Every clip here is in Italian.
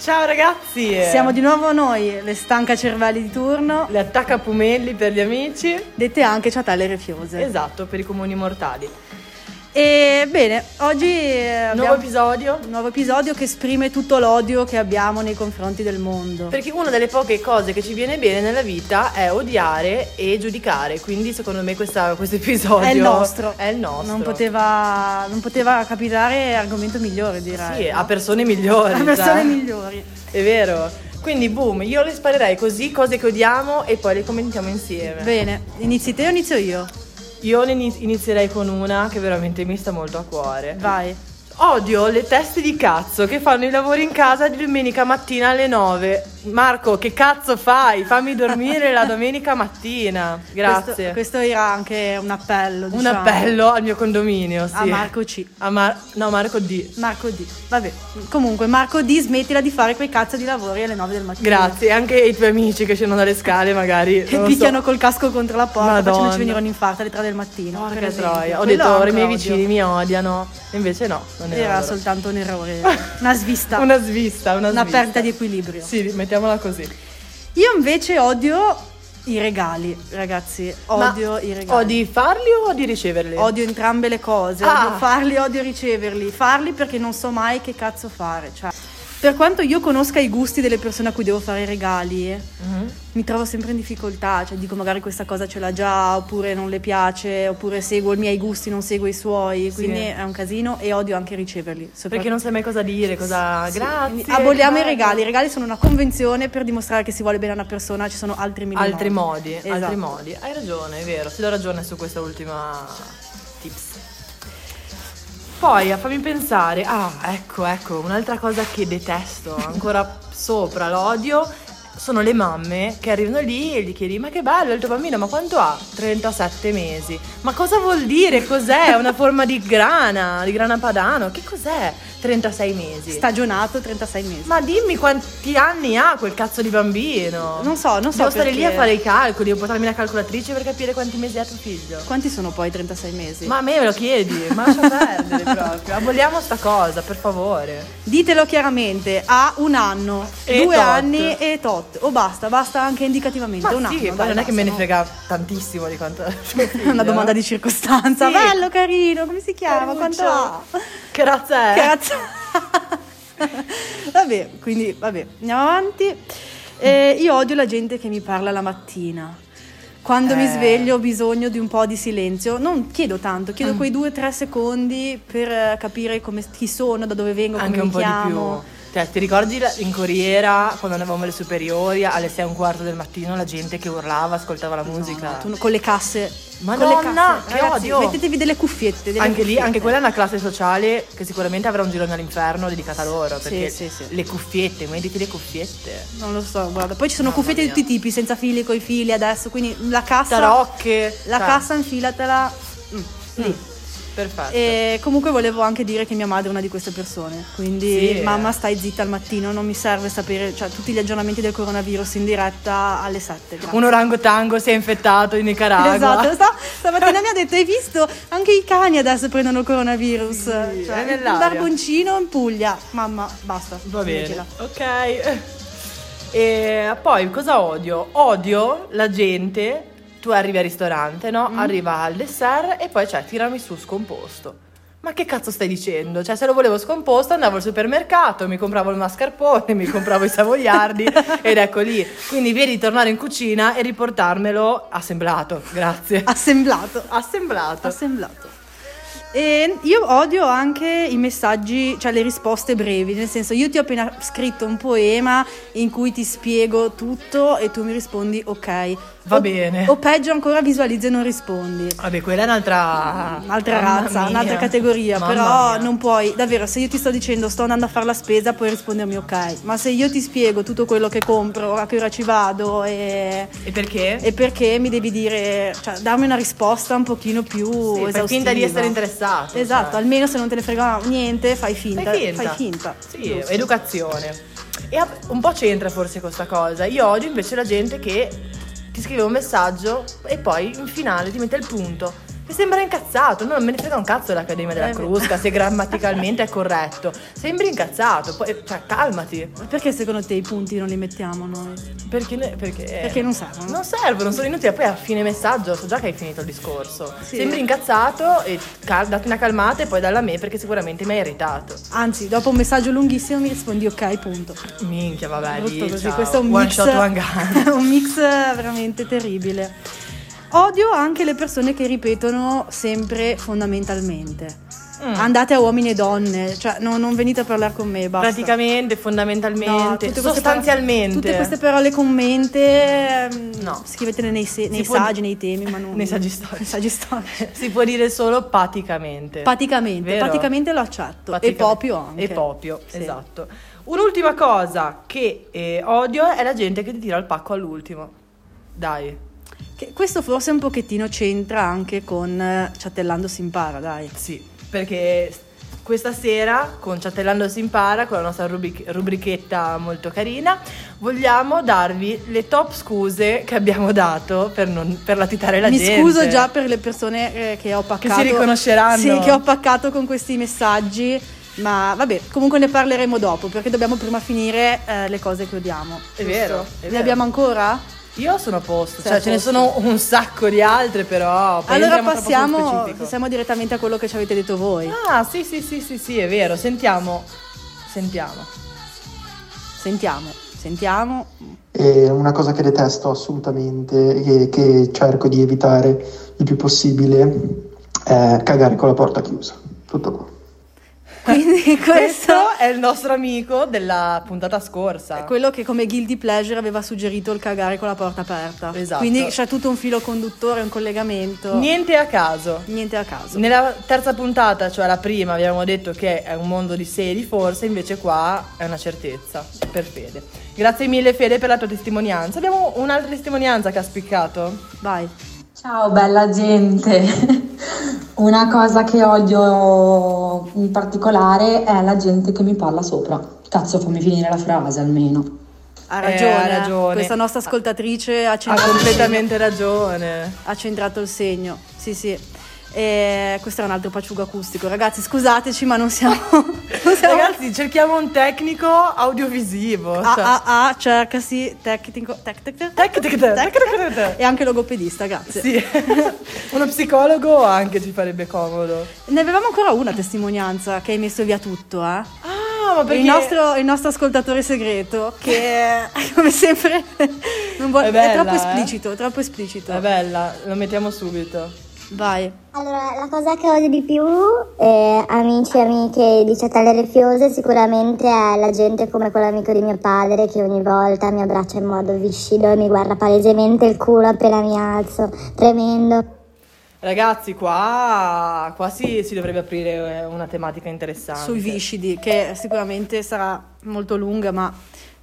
Ciao ragazzi! Siamo di nuovo noi, le stanca cervelli di turno, le attacca pumelli per gli amici. dette anche ciatelle refiose. Esatto, per i comuni mortali. E bene, oggi eh, abbiamo Nuovo episodio. un nuovo episodio che esprime tutto l'odio che abbiamo nei confronti del mondo. Perché una delle poche cose che ci viene bene nella vita è odiare e giudicare. Quindi, secondo me, questa- questo episodio È il nostro. È il nostro. Non poteva, non poteva capitare argomento migliore, direi. Sì, no? a persone migliori. A persone cioè. migliori. È vero. Quindi, boom, io le sparerei così, cose che odiamo e poi le commentiamo insieme. Bene, inizi te o inizio io? Io ne ini- inizierei con una che veramente mi sta molto a cuore. Vai. Odio le teste di cazzo che fanno i lavori in casa di domenica mattina alle 9. Marco, che cazzo fai? Fammi dormire la domenica mattina. Grazie. Questo, questo era anche un appello, Un diciamo, appello al mio condominio, sì. a Marco C. A Mar- no, Marco D. Marco D. Vabbè, comunque Marco D smettila di fare quei cazzo di lavori alle 9 del mattino. Grazie, anche ai tuoi amici che scendono dalle scale magari. Che non so. picchiano col casco contro la porta Madonna. facendoci venire un infarto alle 3 del mattino. per Porca esempio. troia. Ho Quello detto, anche i miei odio. vicini mi odiano. E invece no, non è Era vero. soltanto un errore, una svista, una, Una svista, una, svista. perdita di equilibrio. Sì, mettiamola così. Io invece odio i regali, ragazzi. Ma Odio i regali. Odi farli o di riceverli? Odio entrambe le cose, Ah. odio farli, odio riceverli, farli perché non so mai che cazzo fare. Cioè, per quanto io conosca i gusti delle persone a cui devo fare i regali, Mhm. mi trovo sempre in difficoltà, cioè dico magari questa cosa ce l'ha già, oppure non le piace, oppure seguo i miei gusti, non seguo i suoi, quindi è un casino e odio anche riceverli. Perché soprattutto- non sai mai cosa dire, cosa... Sì, Grazie. quindi Aboliamo i grazie. regali, i regali sono una convenzione per dimostrare che si vuole bene a una persona, ci sono altri mille Altri modi, altri Esatto. modi. Hai ragione, è vero. Ti do ragione su questa ultima tips. Poi a fammi pensare, ah ecco ecco, un'altra cosa che detesto ancora sopra l'odio sono le mamme che arrivano lì e gli chiedi ma che bello il tuo bambino, ma quanto ha? 37 mesi, ma cosa vuol dire? Cos'è? Una forma di grana, di grana padano, che cos'è? 36 mesi. Stagionato 36 mesi. Ma dimmi quanti anni ha quel cazzo di bambino? Non so, non so Devo stare perché. lì a fare i calcoli, devo portarmi la calcolatrice per capire quanti mesi ha tuo figlio. Quanti sono poi i 36 mesi? Ma a me me lo chiedi, ma lascia perdere proprio. Aboliamo sta cosa, per favore. Ditelo chiaramente, ha un anno, E due tot. anni e tot. O basta, basta anche indicativamente. Ma un sì, ma anno. dai, non è che basta, me ne no? frega tantissimo di quanto È una domanda di circostanza. Sì. Bello, carino, come si chiama? Quanto ha? Che razza è? Cazzo. vabbè, quindi vabbè, andiamo avanti. Eh, io odio la gente che mi parla la mattina. Quando mi Eh. sveglio ho bisogno di un po' di silenzio. Non chiedo tanto, chiedo Mm. quei due o tre secondi per eh, capire come, chi sono, da dove vengo, Anche come un mi po' di chiamo. più. Cioè, ti ricordi la- in Corriera, quando andavamo alle superiori, alle 6 e un quarto del mattino, la gente che urlava, ascoltava la musica? No, tu no, con le casse. Madonna, con le casse. che Ragazzi, odio. Mettetevi delle cuffiette. delle anche lì, cuffiette. anche quella è una classe sociale che sicuramente avrà un girone all'inferno dedicata a loro. Sì, Perché sì, sì. le cuffiette, mettiti le cuffiette. Non lo so, guarda. Poi ci sono Mamma cuffiette di mia. tutti i tipi, senza fili, coi fili adesso. Quindi la cassa. Tarocche. La cioè, cassa infilatela. Mm, lì. Perfetto. E comunque volevo anche dire che mia madre è una di queste persone. Quindi, Sì. eh. mamma, stai zitta al mattino, non mi serve sapere cioè, tutti gli aggiornamenti del coronavirus in diretta alle 7. grazie. Un orangotango si è infettato in Nicaragua. Esatto, sta- stamattina mi ha detto: Hai visto? Anche i cani adesso prendono il coronavirus. Sì, è cioè, nell'aria. un barboncino in Puglia. Mamma, basta. Va bene. smettila. Ok. E poi cosa odio? Odio la gente. Tu arrivi al ristorante, no? Mm. Arriva al dessert e poi c'è tirami su scomposto. Ma che cazzo stai dicendo? Cioè, se lo volevo scomposto, andavo al supermercato, mi compravo il mascarpone, mi compravo i savoiardi ed ecco lì. Quindi vieni di tornare in cucina e riportarmelo assemblato. Grazie. Assemblato. Assemblato. Assemblato. E io odio anche i messaggi, cioè le risposte brevi, nel senso io ti ho appena scritto un poema in cui ti spiego tutto e tu mi rispondi ok. Va O- bene. O peggio ancora visualizzi e non rispondi. Vabbè, quella è un'altra. Un'altra Ah, Mamma razza, mia. un'altra categoria, Mamma però mia. non puoi, davvero, se io ti sto dicendo sto andando a fare la spesa puoi rispondermi ok, ma se io ti spiego tutto quello che compro, a che ora ci vado e, E perché? e perché mi devi dire, cioè darmi una risposta un pochino più Sì, esaustiva. fai finta di essere interessato. Esatto, cioè. almeno se non te ne frega niente, fai finta. Fai finta. Sì, Giusto. educazione. E a- un po' c'entra forse questa cosa. Io odio invece la gente che ti scrive un messaggio e poi in finale ti mette il punto. Mi sembra incazzato, no, non me ne frega un cazzo l'Accademia della Eh, beh. Crusca, se grammaticalmente è corretto. Sembri incazzato, poi, cioè, calmati. Perché secondo te i punti non li mettiamo noi? Perché, ne- perché, eh, Perché non servono. Non servono, sono inutili. Poi a fine messaggio so già che hai finito il discorso. Sì. Sembri incazzato e cal- dati una calmata e poi dalla me perché sicuramente mi hai irritato. Anzi, dopo un messaggio lunghissimo mi rispondi ok, punto. Minchia, vabbè, lì, Brutto così, ciao. questo è un one mix, shot one gun. un mix veramente terribile. Odio anche le persone che ripetono sempre fondamentalmente. Mm. Andate a uomini e donne, cioè no- non venite a parlare con me, basta. Praticamente, No, fondamentalmente, tutte queste par- sostanzialmente. tutte queste parole con mente, ehm, No. scrivetele nei, se- nei Si può- saggi, nei temi, ma non... Nei saggi storici. Nei saggi storici. si può dire solo praticamente. Praticamente, Vero? praticamente lo accetto. Praticamente. E proprio anche. E proprio, Sì. esatto. Un'ultima cosa che eh, odio è la gente che ti tira il pacco all'ultimo. Dai. Che questo forse un pochettino c'entra anche con eh, Ciatellando si impara, dai. Sì, perché questa sera con Ciatellando si impara, con la nostra rubric- rubrichetta molto carina, vogliamo darvi le top scuse che abbiamo dato per, non, per latitare la Mi gente. scuso già per le persone eh, che ho paccato. si riconosceranno. Sì, che ho paccato con questi messaggi. Ma vabbè, comunque ne parleremo dopo perché dobbiamo prima finire eh, le cose che odiamo. È giusto? vero, è Ne vero. abbiamo ancora? Io sono a posto, Sei cioè a ce ne posto. sono un sacco di altre però. poi allora entriamo troppo sul passiamo, specifico. passiamo direttamente a quello che ci avete detto voi. Ah, sì, sì, sì, sì, sì, è vero, sentiamo. Sentiamo. Sentiamo, sentiamo. È una cosa che detesto assolutamente e che cerco di evitare il più possibile è cagare con la porta chiusa. Tutto qua. Quindi questo Questo è il nostro amico della puntata scorsa. è quello che come guilty pleasure aveva suggerito il cagare con la porta aperta. Esatto. Quindi c'è tutto un filo conduttore, un collegamento. Niente a caso. Niente a caso. Nella terza puntata, cioè la prima, abbiamo detto che è un mondo di seri, forse, invece qua è una certezza, per Fede. Grazie mille Fede per la tua testimonianza. Abbiamo un'altra testimonianza che ha spiccato. Vai. Ciao bella gente, una cosa che odio in particolare è la gente che mi parla sopra. Cazzo, fammi finire la frase almeno. Ha Eh, ragione, ha ragione. questa nostra ascoltatrice ha Ha centrato, completamente ragione. ha centrato il segno. Sì, sì. E questo era un altro paciugo acustico. Ragazzi, scusateci, ma non siamo. non siamo- Ragazzi, cerchiamo un tecnico audiovisivo. Ah, cioè- ah, ah, cercasi tecnico. Tec, tec, Tec, tec, tec, tec, tec, tec, tec. Certo. E anche logopedista, grazie. Sì, uno psicologo anche ci farebbe comodo. Ne avevamo ancora una testimonianza che hai messo via tutto, eh? Ah, ma perché... Il, nostro, il nostro ascoltatore segreto, che come sempre non vuole- È bella, troppo eh? esplicito, troppo esplicito. È bella, lo mettiamo subito. Vai. Allora, la cosa che odio di più, eh, amici e amiche di Ciatelle Rifiose, sicuramente è la gente come quell'amico di mio padre che ogni volta mi abbraccia in modo viscido e mi guarda palesemente il culo appena mi alzo, tremendo. Ragazzi, qua, qua si, si dovrebbe aprire eh, una tematica interessante. sui viscidi, che sicuramente sarà molto lunga, ma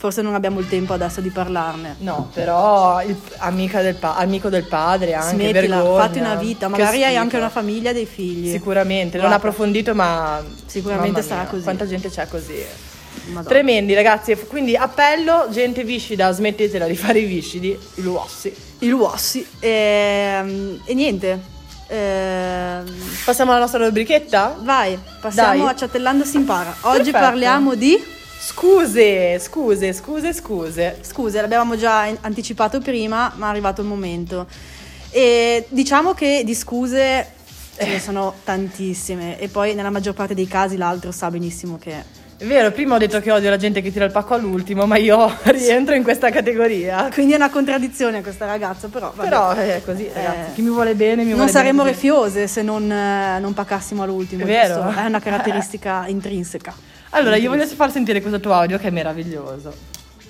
forse non abbiamo il tempo adesso di parlarne. No, però il, amica del pa- amico del padre anche, Smettila, vergogna. fatti una vita, Che magari hai schifo. anche una famiglia e dei figli. Sicuramente, non Guarda. approfondito ma... Sicuramente mamma sarà mia, così. Quanta gente c'è così. Madonna. Tremendi ragazzi, quindi appello, gente viscida, smettetela di fare i viscidi, i luossi. I luossi. Ehm, E, niente. Ehm, Passiamo alla nostra rubrichetta? vai, passiamo Dai. a Ciatellando si impara. Oggi Perfetto. parliamo di... Scuse, scuse, scuse, scuse. Scuse, l'abbiamo già in- anticipato prima, ma è arrivato il momento. E diciamo che di scuse ce Eh. ne sono tantissime e poi nella maggior parte dei casi l'altro sa benissimo che È vero, prima ho detto che odio la gente che tira il pacco all'ultimo, ma io rientro in questa categoria. Quindi è una contraddizione questa ragazza, però. vabbè. Eh, Però è così, ragazzi. Chi mi vuole bene, mi non vuole saremmo bene. refiose se non, eh, non pacassimo all'ultimo. È vero. giusto? È una caratteristica intrinseca. Allora, io voglio far sentire questo tuo audio che è meraviglioso.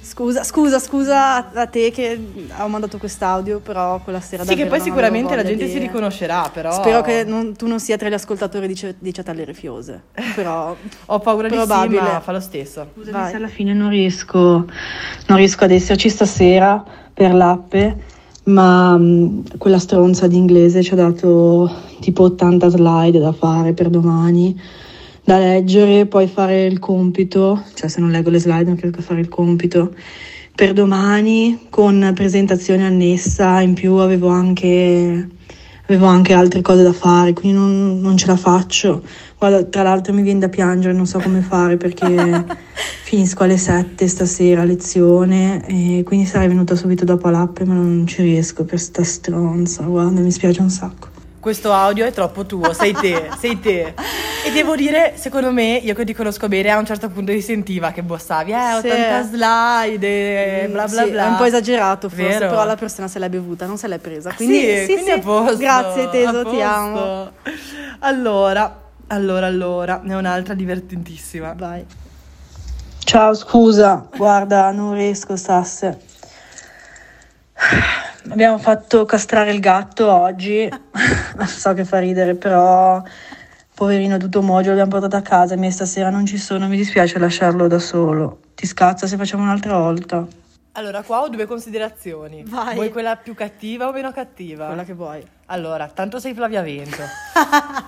Scusa, scusa, scusa a te che ho mandato quest'audio, però quella sera sì, che davvero poi non sicuramente avevo la voglia gente di- si riconoscerà, però. Spero che non- tu non sia tra gli ascoltatori di, ce- di Ciatelle Rifiose. Però. Ho paura Probabile. di sì, ma fa lo stesso. Scusami Vai. se alla fine non riesco, non riesco ad esserci stasera per l'appe, ma mh, quella stronza di inglese ci ha dato tipo 80 slide da fare per domani, da leggere, poi fare il compito, cioè se non leggo le slide non riesco a fare il compito, per domani con presentazione annessa, in più avevo anche avevo anche altre cose da fare, quindi non, non ce la faccio. Guarda, tra l'altro mi viene da piangere, non so come fare perché finisco alle 7 stasera lezione e quindi sarei venuta subito dopo l'appe, ma non ci riesco per sta stronza, guarda, mi spiace un sacco. Questo audio è troppo tuo, sei te, sei te. E devo dire, secondo me, io che ti conosco bene, a un certo punto si sentiva che bossavi, eh, Sì. 80 slide, eh, bla bla Mm, Sì, bla. È un po' esagerato forse, Vero? però la persona se l'è bevuta, non se l'è presa. Ah, Quindi, sì, sì, quindi sì. a posto, Grazie a Teso, ti posto. amo. Allora, allora, allora, ne ho un'altra divertentissima. Vai. Ciao, scusa, guarda, non riesco, Sasse. Abbiamo fatto castrare il gatto oggi. so che fa ridere, però poverino tutto mogio l'abbiamo portato a casa e me stasera non ci sono, mi dispiace lasciarlo da solo. Ti scazza se facciamo un'altra volta. Allora, qua ho due considerazioni. Vai. Vuoi quella più cattiva o meno cattiva? Quella che vuoi. Allora, tanto sei Flavia Vento.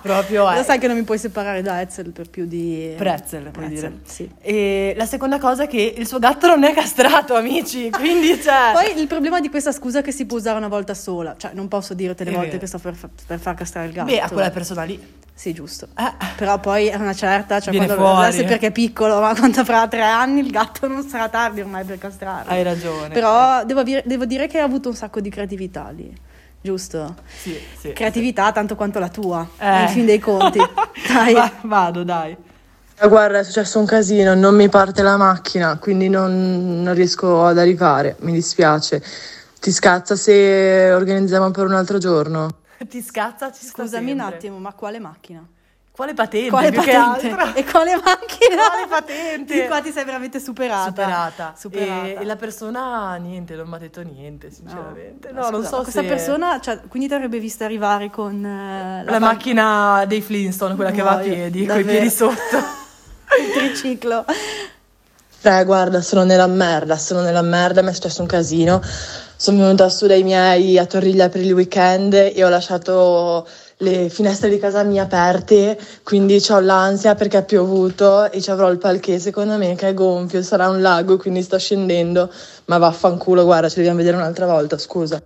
Proprio è. Lo sai che non mi puoi separare da Ezel per più di... Pretzel, puoi dire. sì. E la seconda cosa è che il suo gatto non è castrato, amici, quindi cioè... Poi il problema di questa scusa è che si può usare una volta sola, cioè non posso dirti le È volte vero. che sto per, fa- per far castrare il gatto. Beh, a quella persona lì. Sì, giusto. Eh. Però poi è una certa, cioè Viene quando fuori. adesso è perché è piccolo, ma quando avrà tre anni il gatto non sarà tardi ormai per castrarlo. Hai ragione. Però devo, vir- devo dire che ha avuto un sacco di creatività lì, giusto? Sì, sì. Creatività tanto quanto la tua, Eh. al fin dei conti. Dai. Va- vado, dai. Ah, Guarda, è successo un casino, non mi parte la macchina, quindi non, non riesco ad arrivare, mi dispiace. Ti scazza se organizziamo per un altro giorno? Ti scazza, ci sta Scusami un sempre. attimo, ma quale macchina? Quale patente? Quale più Che altro? patente? E quale macchina? Quale patente? Di qua ti sei veramente superata. Superata. Superata. E, e la persona, niente, non mi ha detto niente, sinceramente. No, Scusa, non so ma questa se- persona, cioè, quindi ti avrebbe vista arrivare con eh, La pan- macchina dei Flintstone, quella che va a Muoio, piedi, coi davvero. piedi sotto. il triciclo. Eh, guarda, sono nella merda, sono nella merda, mi è successo un casino. Sono venuta su dai miei a Torriglia per il weekend e ho lasciato le finestre di casa mia aperte, quindi ho l'ansia perché ha piovuto e ci avrò il palché secondo me che è gonfio, sarà un lago, quindi sto scendendo, ma vaffanculo, guarda, ci dobbiamo vedere un'altra volta, scusa.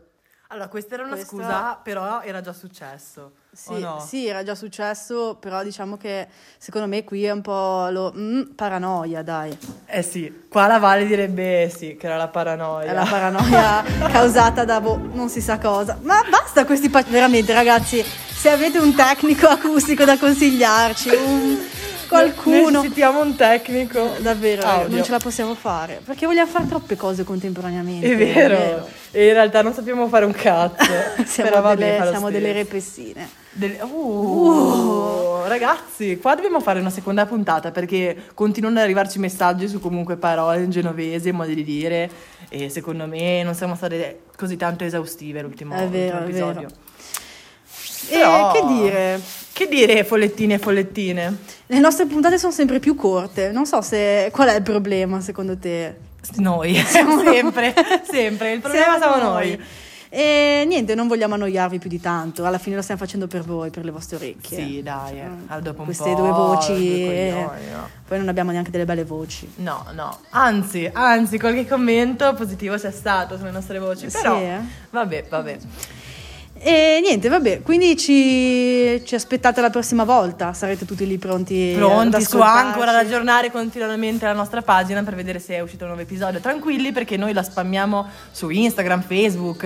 Allora, questa era una Questa- scusa, però era già successo. Sì, o no? sì, era già successo, però diciamo che secondo me qui è un po' lo mm, paranoia, dai. Eh sì, qua la Vale direbbe sì, che era la paranoia. È la paranoia causata da boh, non si sa cosa. Ma basta questi pa- veramente, ragazzi, se avete un tecnico acustico da consigliarci, un qualcuno Necessitiamo un tecnico. Davvero, eh, Audio. non ce la possiamo fare perché vogliamo fare troppe cose contemporaneamente. È vero. E in realtà non sappiamo fare un cazzo. Siamo, Però va bene, delle, fa lo siamo delle Uh. stesso. repessine. Delle- Uh, Ragazzi, qua dobbiamo fare una seconda puntata perché continuano ad arrivarci messaggi su comunque parole in genovese, modi di dire e secondo me non siamo state così tanto esaustive l'ultimo, È l'ultimo vero, è episodio. vero. Però- E che dire? Che dire follettine e follettine? Le nostre puntate sono sempre più corte. Non so se qual è il problema secondo te. Noi, sempre, sempre, il problema Siamo siamo noi. E niente, non vogliamo annoiarvi più di tanto. Alla fine lo stiamo facendo per voi, per le vostre orecchie. Cioè, Sì, dai, eh. Ah, dopo un Queste po', due voci. due eh, coglioni, no. Poi non abbiamo neanche delle belle voci. No, no, anzi, anzi, qualche commento positivo c'è stato sulle nostre voci, Sì, però eh. vabbè, vabbè. E niente, vabbè, quindi ci, ci aspettate la prossima volta, sarete tutti lì pronti. eh, ad Pronti su ascoltarci. Ancora ad aggiornare continuamente la nostra pagina per vedere se è uscito un nuovo episodio. Tranquilli perché noi la spammiamo su Instagram, Facebook,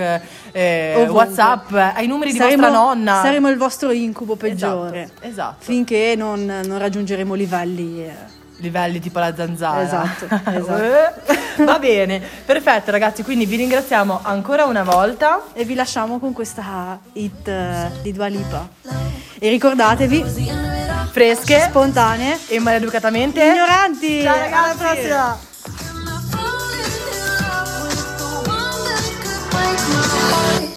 eh, Ovunque. Whatsapp, eh, ai numeri di Saremo- vostra nonna. Saremo il vostro incubo peggiore. Esatto, esatto. Finché non, non raggiungeremo livelli. eh. Livelli tipo la zanzara. Esatto, esatto. Va bene, perfetto ragazzi, quindi vi ringraziamo ancora una volta. E vi lasciamo con questa hit eh, di Dua Lipa. E ricordatevi, Fresche, spontanee, e maleducatamente. ignoranti. Ciao, ragazzi. Alla prossima. I'm not falling in love with the one that could break my heart.